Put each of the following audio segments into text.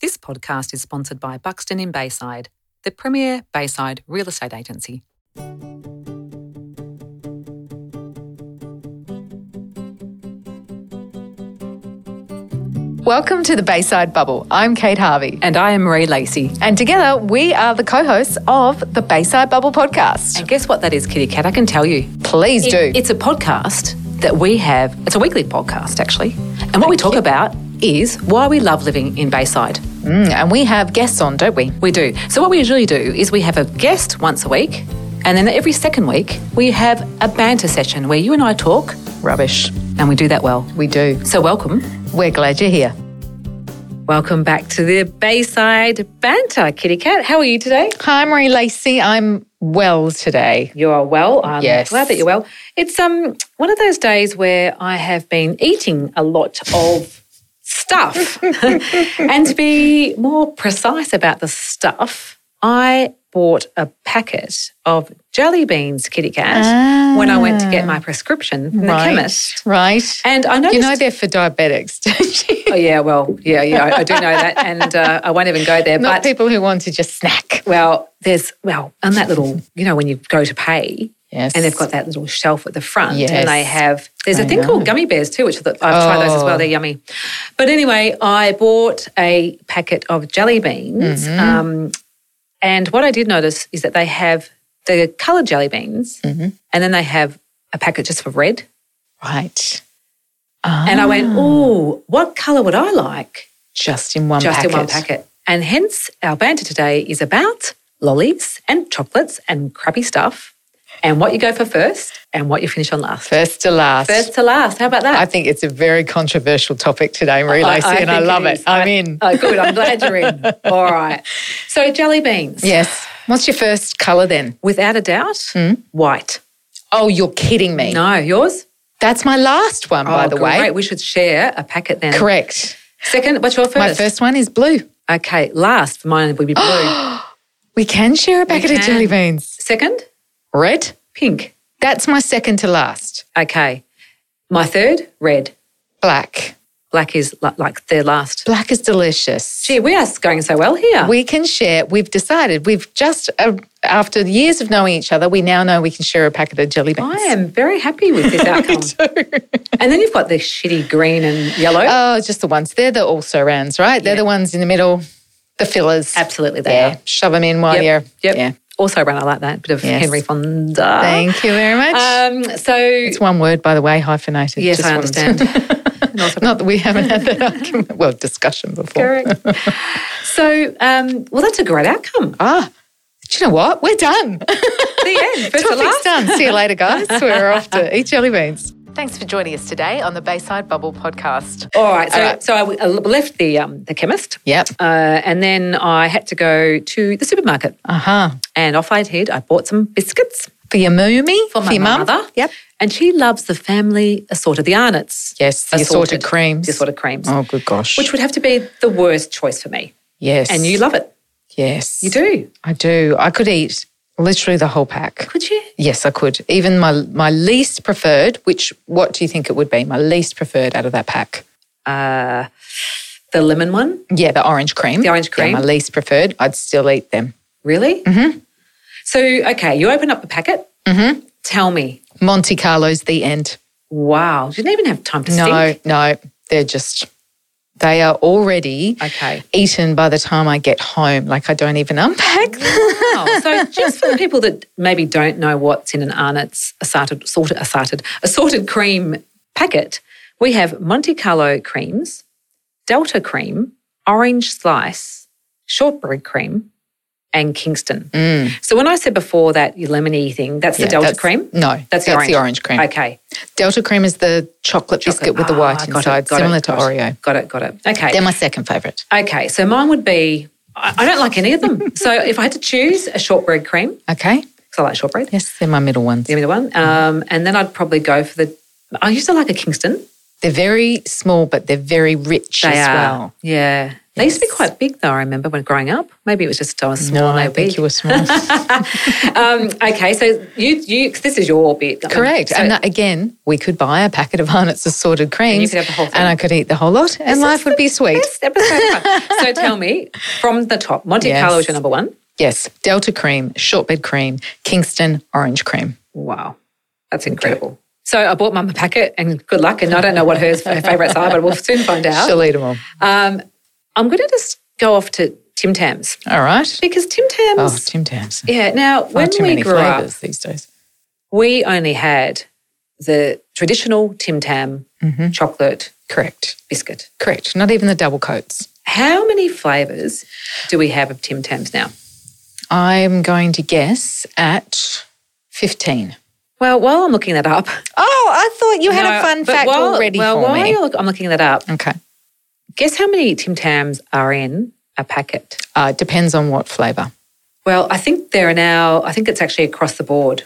This podcast is sponsored by Buxton in Bayside, the premier Bayside real estate agency. Welcome to the Bayside Bubble. I'm Kate Harvey. And I am Marie Lacey. And together we are the co hosts of the Bayside Bubble podcast. And guess what that is, Kitty Cat? I can tell you. Please do. It- It's a podcast that we have. It's a weekly podcast, actually. And what we talk about is why we love living in Bayside. Mm, and we have guests on, don't we? We do. So, what we usually do is we have a guest once a week, and then every second week, we have a banter session where you and I talk, Rubbish. and we do that well. We do. So, welcome. We're glad you're here. Welcome back to the Bayside Banter, Kitty Cat. How are you today? Hi, Marie Lacey. I'm well today. You are well. I'm Yes. glad that you're well. It's um one of those days where I have been eating a lot of stuff. and to be more precise about the stuff, I bought a packet of jelly beans, Kitty Cat, when I went to get my prescription from the chemist. Right. And I Ah. you noticed know they're for diabetics, don't you? Oh yeah, well, yeah, yeah, I, I do know that, and uh, I won't even go there. Not but people who want to just snack. well, there's well, on that little, you know, when you go to pay, Yes. and they've got that little shelf at the front, Yes. and they have there's a I thing called gummy bears too, which I thought- I've tried those as well. Oh. They're yummy. But anyway, I bought a packet of jelly beans, Mm-hmm. um, and what I did notice is that they have the coloured jelly beans, Mm-hmm. and then they have a packet just for red. Right. Ah, And I went, oh, what colour would I like? Just in one just packet. in one packet. And hence, our banter today is about lollies and chocolates and crappy stuff and what you go for first and what you finish on last. First to last. First to last. How about I that? think it's a very controversial topic today, Marie Lacey, and I think love it. is. I'm I- in. Oh, good. I'm glad you're in. All right. So, jelly beans. Yes. What's your first colour then? Without a doubt, Hmm? white. Oh, you're kidding me. No, yours? That's my last one, by Oh, the great. way. We should share a packet then. Correct. Second, what's your first? My first one is blue. Okay, last. Mine would be blue. We can share a packet of can. jelly beans. Second, Red. pink. That's my second to last. Okay. My third, red. Black. Black is li- like their last. Black is delicious. Gee, we are going so well here. We can share. We've decided. We've just, uh, after years of knowing each other, we now know we can share a packet of jelly beans. I am very happy with this outcome. and then you've got the shitty green and yellow. Oh, just the ones. They're the also rans, right? They're the ones in the middle, the fillers. Absolutely, they Yeah. Shove them in while Yep. you're. Yep. Also, ran I like that bit of Yes. Henry Fonda. Thank you very much. Um, so It's one word, by the way, hyphenated. yes, Just I wanted to- understand. Not that we haven't had that argument, well, discussion before. Correct. so, um, well, that's a great outcome. Ah, do you know what? We're done. The end. First to last. Topic's done. See you later, guys. We're off to eat jelly beans. Thanks for joining us today on the Bayside Bubble podcast. All right. So, All right. so I, I left the um, the chemist. Yep. Uh, and then I had to go to the supermarket, Uh huh. and off I did. I bought some biscuits. For your moomy, for my your mum. mother. Yep. And she loves the family assorted, the Arnott's. Yes, the assorted creams. The assorted creams. Oh, good gosh. Which would have to be the worst choice for me. yes. And you love it. Yes. You do. I do. I could eat literally the whole pack. Could you? Yes, I could. Even my my least preferred, which what do you think it would be? My least preferred out of that pack. Uh, the lemon one? Yeah, the orange cream. The orange Yeah, cream. my least preferred. I'd still eat them. Really? Mm-hmm. So, okay, you open up the packet. Mm-hmm. Tell me. Monte Carlo's the end. Wow. You didn't even have time to No, think. no, they're just they are already Okay. eaten by the time I get home. Like I don't even unpack. them. Wow. so, just for the people that maybe don't know what's in an Arnott's assorted, assorted, assorted, assorted cream packet, we have Monte Carlo creams, Delta cream, orange slice, shortbread cream, and Kingston. So, when I said before that lemony thing, that's the Mm. Yeah, Delta that's- cream? No, That's the orange. cream. Okay. Delta cream is the chocolate, biscuit with the Ah, white got it, inside, got it, similar to got it, Oreo. Got it, got it. Okay. They're my second favorite. okay. So, mine would be I I don't like any of them. so, if I had to choose a shortbread cream, Okay. because I like shortbread. Yes, they're my middle ones. Give me the one. Um, and then I'd probably go for the. I used to like a Kingston. They're very small, but they're very rich as well. Yeah. They used to be quite big, though. I remember when growing up. Maybe it was just I was small. No, and they I were think big. you were small. um, okay, so you you this is your bit. Correct. So and that, again, we could buy a packet of Arnott's assorted creams. could have the whole thing. And I could eat the whole lot and life would be sweet. best episode ever. so tell me from the top, Monte Yes. Carlo is your number one. Yes. Delta cream, shortbed cream, Kingston orange cream. Wow, that's incredible. So I bought Mum a packet, and good luck. And I don't know what hers her favourites are, but we'll soon find out. She'll eat them all. Um, I'm going to just go off to Tim Tams All right. because Tim Oh, Tams. Tim Tams. yeah. Now Far when too we many grew up, flavours these days. we only had the traditional Tim Tam Mm-hmm. chocolate Correct. biscuit. Correct. Not even the double coats. How many flavours do we have of Tim Tams now? I'm going to guess at 15. Well, while I'm looking that up, Oh, I thought you had No, a fun but fact while- already well, for while me. you're look- I'm looking that up, Okay. guess how many Tim Tams are in a packet? Uh, it depends on what flavour. Well, I think there are now. I think it's actually across the board.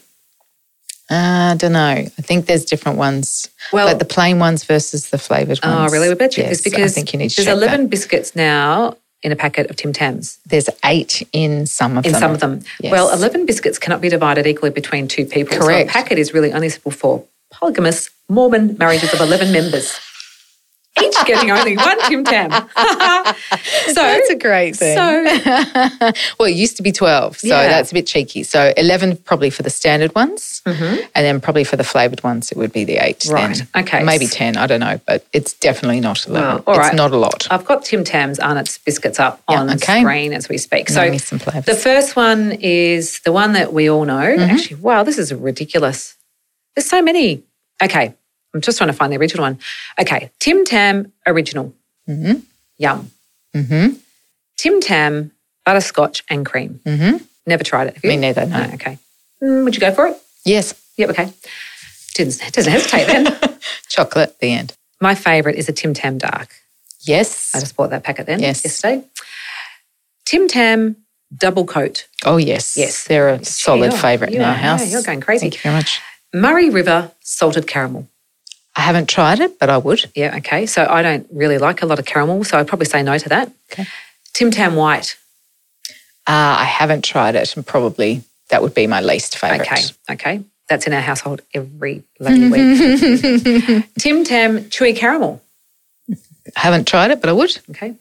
Uh, I don't know. I think there's different ones. Well- Well, like the plain ones versus the flavoured Oh, ones. really? We better check this yes, because I think you need to there's check 11 biscuits now in a packet of Tim Tams. that. There's eight in some of In them. some of them, Yes. well, 11 biscuits cannot be divided equally between two people. Correct. So a packet is really only suitable for polygamous Mormon marriages of 11 members, each getting only one Tim Tam. so That's a great thing. So well, it used to be 12, so Yeah. that's a bit cheeky. So 11 probably for the standard ones, and then probably for the flavoured ones, it would be the eight. Mm-hmm. Right. then. Okay. Maybe 10, I don't know, but it's definitely not 11. Wow. All it's right. not a lot. I've got Tim Tams Arnott's biscuits up Yeah, on okay. screen as we speak. Now So me some flavours. the first one is the one that we all know. Mm-hmm. Actually, wow, this is ridiculous. There's so many. Okay, I'm just trying to find the original one. Okay, Tim Tam original. Mm-hmm. Yum. Mm-hmm. Tim Tam butterscotch and cream. Mm-hmm. Never tried it. Have you? Me neither, no. okay. Mm, would you go for it? Yes, Yep. Okay. Didn't doesn't hesitate then. chocolate, the end. My favourite is a Tim Tam dark. I Yes. just bought that packet then Yes. yesterday. Tim Tam double coat, Oh, yes. Yes. They're a solid you're- favourite in you our are- house. yeah, you're going crazy. Thank you very much. Murray River salted caramel. I haven't tried it, but I would. Yeah, okay. So I don't really like a lot of caramel, so I'd probably say no to that. Okay. Tim Tam white. Uh, I haven't tried it, and probably that would be my least favourite. Okay, okay. That's in our household every bloody week. Tim Tam chewy caramel. I haven't tried it, but I would. Okay.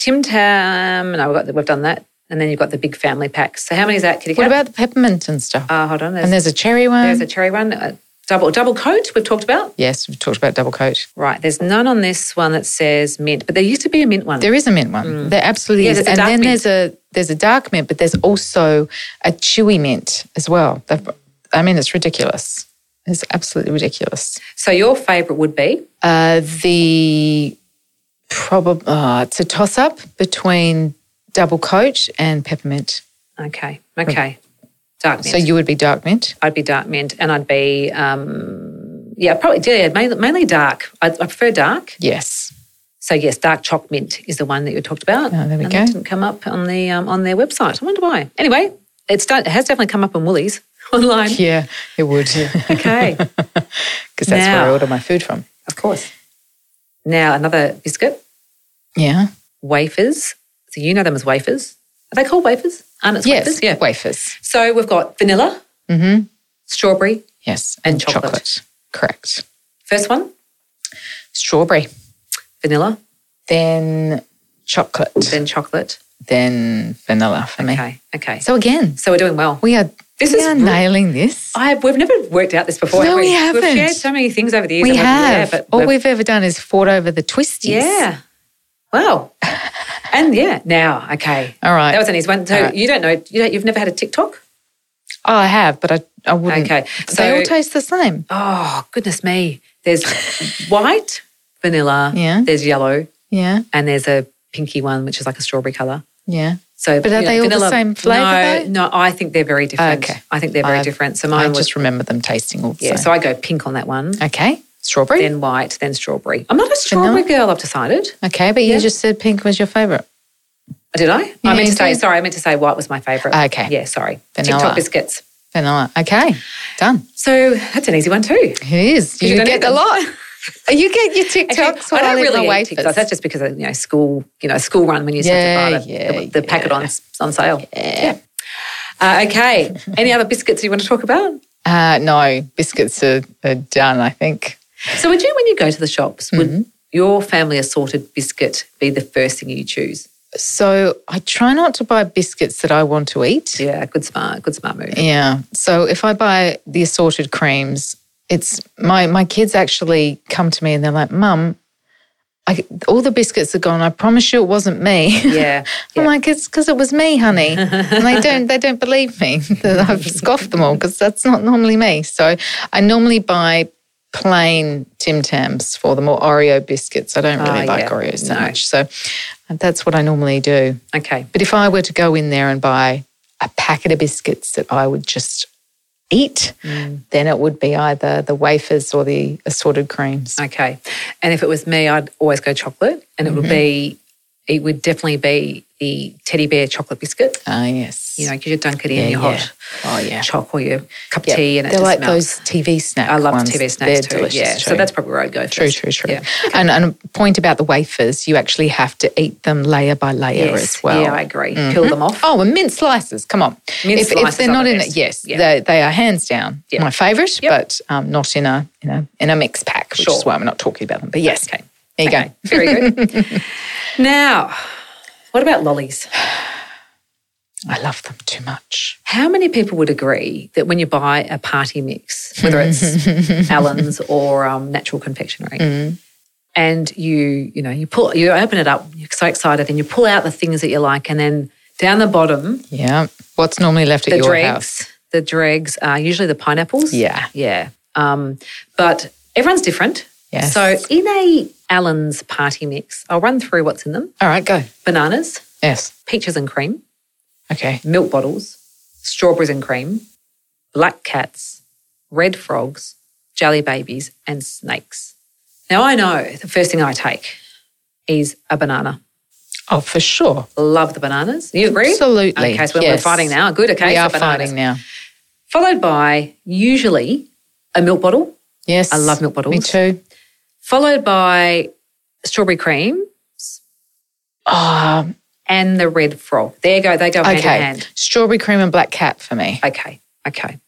Tim Tam. No, we've, got the, we've done that. And then you've got the big family packs. So how many is that, Kitty What Cat? about the peppermint and stuff? Uh, hold on. There's, and there's a cherry one. there's a cherry one. A double double coat. We've talked about. yes, we've talked about double coat. Right. There's none on this one that says mint, but there used to be a mint one. There is a mint one. There Mm. absolutely Yeah, is. there's a And dark then mint. there's a there's a dark mint, but there's also a chewy mint as well. They've- I mean, it's ridiculous. It's absolutely ridiculous. So your favourite would be Uh, the probably oh, it's a toss up between double coat and peppermint. okay, okay, dark mint. So you would be dark mint. I'd be dark mint, and I'd be um, yeah, probably yeah, mainly, mainly dark. I, I prefer dark. Yes. So yes, dark chalk mint is the one that you talked about. Oh, there we and go. That didn't come up on the um, on their website. I wonder why. Anyway, it's done, it has definitely come up on Woolies online. Yeah, it would. Because Okay, that's where I Now- order my food from. of course. Now another biscuit Yeah. wafers. So you know them as wafers. Are they called wafers? Aren't it Yes. wafers? Yeah. Wafers. Mm-hmm. So we've got vanilla, strawberry. Yes. And chocolate. Correct. First one, Strawberry. vanilla, Then chocolate. then chocolate. Then vanilla for me. Okay, okay. So, So again, we're doing well. we are This we is Oh, are br- nailing this. I have, we've never worked out this before. No, have we? we We've haven't. shared so many things over the years. We haven't have. Yeah, but All we've- we've ever done is fought over the twisties. yeah. Wow. and yeah, now, okay. All right. That was an easy one. So All right. you don't know, you don't, you've never had a TikTok? Oh, I have, but I, I wouldn't. Okay, they so- all taste the same. Oh, goodness me. There's white, vanilla, Yeah. there's yellow, Yeah, and there's a pinky one, which is like a strawberry colour. yeah. So, But are you they all the same No, flavour, though? no, I think they're very different. Okay. I think they're very I've- different. So I mine was just remember them tasting all the Yeah, same. so I go pink on that one, okay, strawberry. then white, then strawberry. I'm not a strawberry girl, I've decided. Oh, okay, but you just said pink was your favourite. Did I? I Yeah, meant to you say, did. sorry, I meant to say white was my favourite. Okay. Yeah, sorry. Vanilla. TikTok biscuits. Vanilla. Okay, done. So that's an easy one too. It is. You, don't get eat the them. lot. You get your TikToks Actually, while I I don't eat really my eat wafers. TikToks. That's just because of, you know school, you know school run when you yeah, Yeah, yeah, the, yeah, the packet on yeah. on sale. Yeah. Uh, okay. Any other biscuits you want to talk about? Uh, no, biscuits are, are done, I think. So, would you, when you go to the shops, would Mm-hmm. your family assorted biscuit be the first thing you choose? So I try not to buy biscuits that I want to eat. Yeah, good smart, good smart move. Yeah. So if I buy the assorted creams, it's my my kids actually come to me and they're like, "Mum, I, all the biscuits are gone. I promise you, it wasn't me." Yeah, I'm yeah. like, "It's because it was me, honey," and they don't they don't believe me that I've scoffed them all because that's not normally me. So I normally buy plain Tim Tams for them or Oreo biscuits. I don't really Ah, like yeah. Oreos so No. much, so that's what I normally do. Okay. But if I were to go in there and buy a packet of biscuits that I would just eat, Mm. then it would be either the wafers or the assorted creams. Okay. And if it was me, I'd always go chocolate, and it would be, it would definitely be the teddy bear chocolate biscuit. Ah, yes. You know, 'cause you dunk it in your yeah. hot Oh, yeah. chocolate, or your cup of Yeah. tea, and it They're just like melts. those TV snacks. I love ones. TV snacks They're too. delicious Yeah, so too. that's probably where I'd go first. True, true, true. Yeah. And, and a point about the wafers, you actually have to eat them layer by layer as Yes. well. Yeah, I agree. Peel them off. Oh, and mint slices. Come on. Mint if, if slices they're are not the in best. it, yes, Yeah. they, they are hands down Yeah. my favourite, Yep. but um, not in a, in a in a mix pack, which Sure. is why we're not talking about them. But yes, Okay. there you Okay, very good. now, what about lollies? go. I love them too much. How many people would agree that when you buy a party mix, whether it's Allen's or um, natural confectionery, and you you know you pull you open it up, you're so excited, and you pull out the things that you like, and then down the bottom, Yeah. What's normally left at the your dregs, house? the dregs are usually the pineapples. Yeah. yeah. Um, but everyone's different. Yes. So in a Allen's party mix, I'll run through what's in them: All right, go. bananas, Yes. peaches and cream, Okay. milk bottles, strawberries and cream, black cats, red frogs, jelly babies, and snakes. Now, I know the first thing I take is a banana. Oh, for sure. Love the bananas. You agree? Absolutely. Okay, so we're- Yes. we're fighting now. Good. Okay, we so are bananas. fighting now. Followed by usually a milk bottle, Yes. I love milk bottles. Me too. followed by strawberry cream Oh, and the red frog. There you go. They go hand in okay. hand. Strawberry cream and black cat for me. Okay, okay.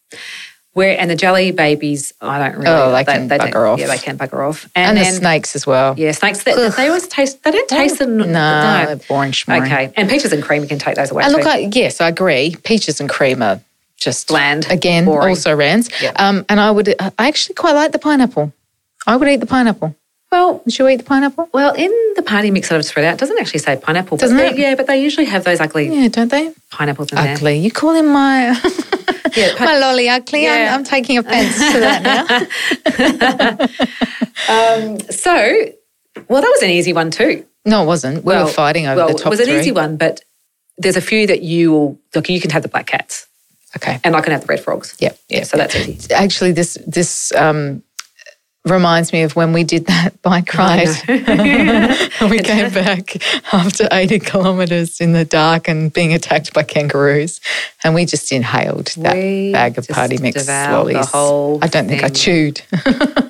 Where and the jelly babies, I don't really. Oh, they can don't- bugger off. Yeah, they can bugger off. And, And, the then, snakes as well. yeah, snakes. They, they always taste. They don't taste the No, n- they're boring schmoring. Okay, and peaches and cream. You can take those away. And look, too. I, yes, I agree. Peaches and cream are just Bland, Again, boring. also rands. Um, and I would, I actually quite like the pineapple. I would eat the pineapple. well, Would you eat the pineapple? well, in the party mix that I've spread out, it doesn't actually say pineapple. Doesn't but it? They, yeah, but they usually have those ugly Yeah, don't they? pineapples in there. Ugly. You call him my Yeah, pi- my lolly ugly. Yeah. I'm, I'm taking offence to that now. Um, so, well, that was an easy one too. No, it wasn't. We well, were fighting over well, the top It was an three. easy one, but there's a few that you will look. You can have the black cats, Okay. and I can have the red frogs. Yep. Yep. So that's easy. actually, this this um, reminds me of when we did that bike ride. we came back after 80 kilometres in the dark and being attacked by kangaroos. And we just inhaled that We bag of just party mix devoured the lollies. whole I don't think I thing. chewed.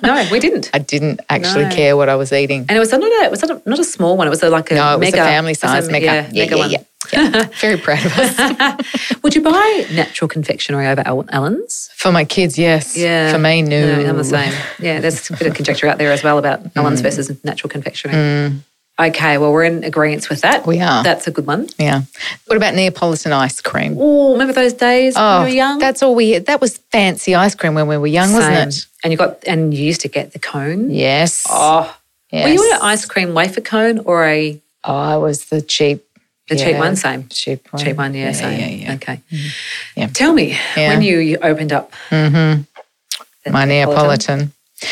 No, we didn't. I didn't actually No. care what I was eating. And it was not a it was not a, not a small one. It was a, like a No, it mega was a family it was a- size mega. Yeah, mega one. yeah. Very proud of us. Would you buy natural confectionery over Al- Allen's? For my kids, yes. Yeah, For me, no. Mm. I'm the same. Yeah, there's a bit of conjecture out there as well about Allen's versus natural confectionery. Okay, well we're in agreement with that. We are. That's a good one. Yeah. What about Neapolitan ice cream? Oh, remember those days when we were young? Oh, that's all we. That was fancy ice cream when we were young, Same. wasn't it? And you got and you used to get the cone. Yes. Oh, yes. were you an ice cream wafer cone or a Oh, I was the cheap. The cheap yeah, one, same. Cheap one. cheap one? Yeah, same. Yeah, yeah. Mm-hmm. Okay. Yeah. Tell me Yeah. when you you opened up the My Neapolitan.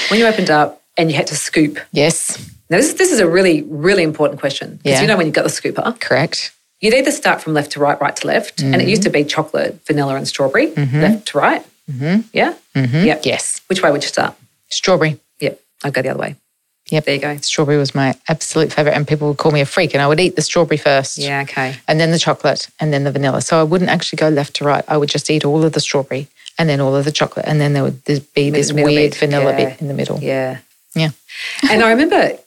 when you opened up and you had to scoop. Yes, Now, this, this is a really, really important question. Because Yeah. you know, when you've got the scooper, correct. you'd either start from left to right, right to left. And it used to be chocolate, vanilla, and strawberry, left to right. Mm-hmm. Yeah? Mm-hmm. Yep. Yes. Which way would you start? Strawberry. Yep. I'd go the other way. Yep. There you go. Strawberry was my absolute favorite, and people would call me a freak, and I would eat the strawberry first. Yeah, okay. And then the chocolate, and then the vanilla. So I wouldn't actually go left to right. I would just eat all of the strawberry, and then all of the chocolate, and then there would there'd be this middle weird bit, vanilla yeah. bit in the middle. Yeah. Yeah. and I remember,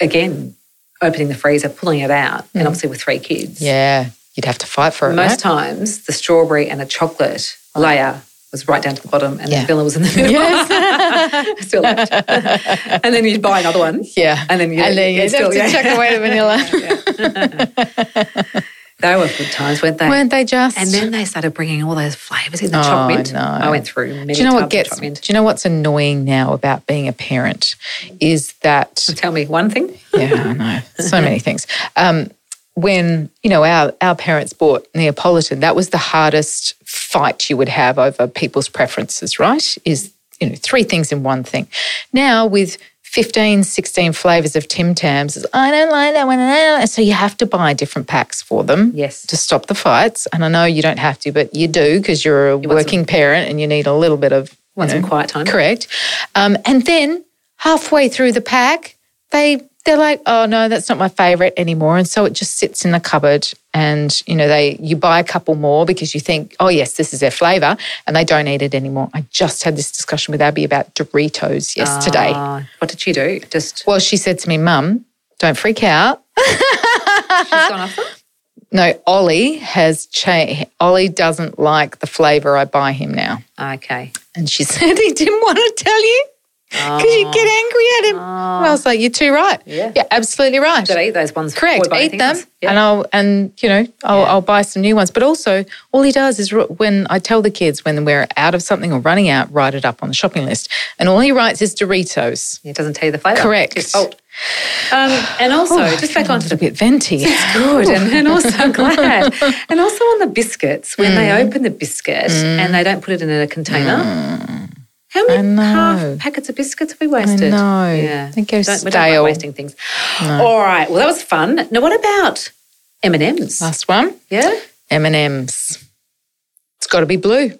again, opening the freezer, pulling it out, Mm. and obviously with three kids. Yeah. You'd have to fight for it. Most right? times, the strawberry and the chocolate layer was right down to the bottom, and Yeah. the vanilla was in the middle. Yes. still left. and then you'd buy another one, Yeah. and then you and then you'd you'd still- have to yeah. chuck away the vanilla. they were good times, weren't they? Weren't they just? and then they started bringing all those flavours in the Oh, choc mint. no. I went through. Many do you know tubs what of gets? choc Do mint. you know what's annoying now about being a parent is that Tell me one thing. yeah, I know. So many things. Um, when, you know, our, our parents bought Neapolitan, that was the hardest fight you would have over people's preferences, right? Is, you know, three things in one thing. Now with 15, 16 flavours of Tim Tams, it's, I don't like that one. I don't like-" So you have to buy different packs for them Yes. to stop the fights. And I know you don't have to, but you do because you're a working parent and you need a little bit of you Want know, some quiet time? Correct. Um, and then halfway through the pack, they they're like, oh no, that's not my favorite anymore. And so it just sits in the cupboard and you know, they you buy a couple more because you think, oh yes, this is their flavor, and they don't eat it anymore. I just had this discussion with Abby about Doritos yesterday. Ah, what did she do? Just well, she said to me, Mum, don't freak out. she's gone off them? No, Ollie has changed. Ollie doesn't like the flavor I buy him now. Okay. And she said he didn't want to tell you. because you get angry at him. And I was like, you're too right. Yeah. You're absolutely right. Did I eat those ones? Correct. before I buy Eat anything them, else? Yeah. and I'll and you know I'll, I'll buy some new ones. But also, all he does is ru- when I tell the kids when we're out of something or running out, write it up on the shopping list. And all he writes is Doritos. It doesn't tell you the flavour. Correct. Oh, Just salt. Um, and also, just back onto It's a the bit venti. It's good, and, and also I'm glad. And also on the biscuits, when they Mm. open the biscuit and they don't put it in a container, how many Mm. know. half packets of biscuits have we wasted? know. yeah, They go Don't- we don't like stale. wasting things. All right, well that was fun. Now what about M and M's? Last one, Yeah, M and M's. It's got to be blue.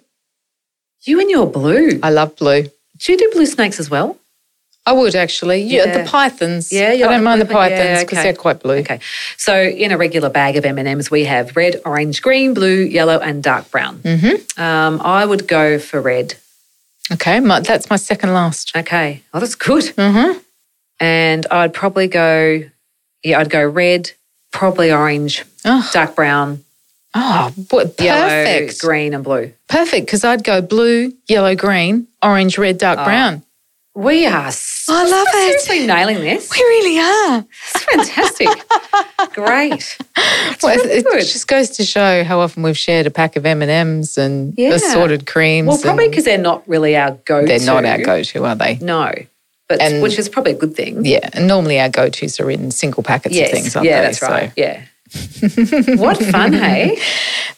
you and your blue. I love blue. Do you do blue snakes as well? I would actually. Yeah, Yeah. the pythons. Yeah, I you like don't the mind the blue one? Yeah, pythons because okay. they're quite blue. Okay, so in a regular bag of M and M's, we have red, orange, green, blue, yellow, and dark brown. Mm-hmm. Um, I would go for red. Okay, my, that's my second last. Okay. Oh, that's good. Mhm. And I'd probably go, yeah, I'd go red, probably orange, Ugh. dark brown, Oh, what, perfect. yellow, green, and blue. Perfect, because I'd go blue, yellow, green, orange, red, dark, brown. We are so I love it. seriously nailing this. We really are. It's fantastic. Great. Well, it, good. it just goes to show how often we've shared a pack of M and M's and Yeah. assorted creams. Well, probably and because they're not really our go-to. they're not our go-to, are they? No, but And- which is probably a good thing. Yeah, and normally our go-tos are in single packets Yes. of things, aren't yeah, they? that's right. Yeah. what fun, hey?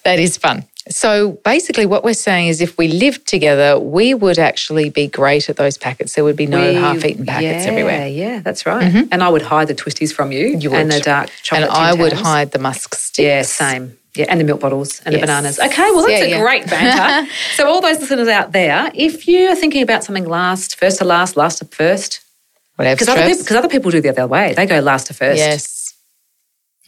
So that is fun. So basically, what we're saying is, if we lived together, we would actually be great at those packets. There would be no We- half-eaten packets yeah, everywhere, Mm-hmm. Yeah, that's right. And I would hide the twisties from you, You and the would. dark and chocolate. Tim I would Tams. hide the musk sticks. Yeah, same. Yeah, and the milk bottles and the Yes. bananas. Okay, well, that's Yeah, a yeah. great banter. so, all those listeners out there, if you're thinking about something last, first to last, last to first, whatever. because other, Stress. peop- 'cause other people do the other way, they go last to first. yes.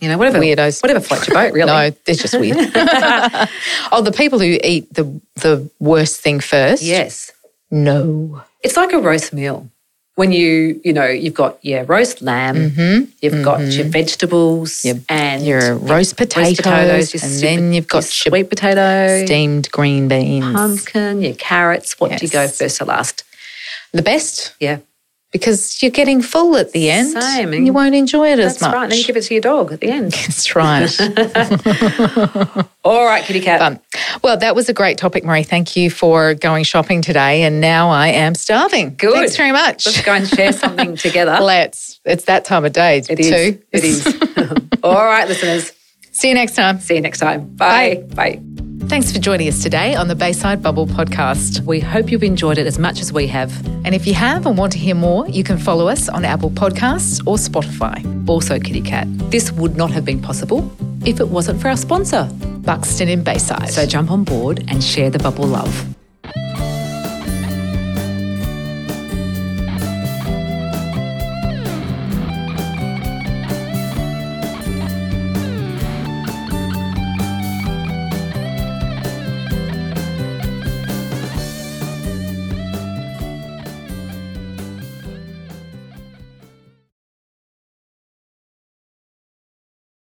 You know, whatever. Weirdos. Whatever floats your boat, really. No, they're just weird. oh, the people who eat the the worst thing first. Yes. No. It's like a roast meal. When you, you know, you've got, yeah, roast lamb, you've got your vegetables and Mm-hmm. Your roast potatoes, roast potatoes, your and soup- then you've your got your sweet Um, potato, steamed green beans. pumpkin, your carrots. What do you go Yes. first or last? The best Yeah, because you're getting full at the end. Same. and you won't enjoy it as that's much. right. And then you give it to your dog at the end. That's right. All right, kitty cat. Um, well, that was a great topic, Marie. Thank you for going shopping today. And now I am starving. Good. Thanks very much. Let's go and share something together. Let's. It's that time of day. It is. too. It is. All right, listeners. See you next time. See you next time. Bye. Bye. Thanks for joining us today on the Bayside Bubble podcast. We hope you've enjoyed it as much as we have. And if you have and want to hear more, you can follow us on Apple Podcasts or Spotify. Also, kitty cat, this would not have been possible if it wasn't for our sponsor. Buxton in Bayside. So jump on board and share the bubble love.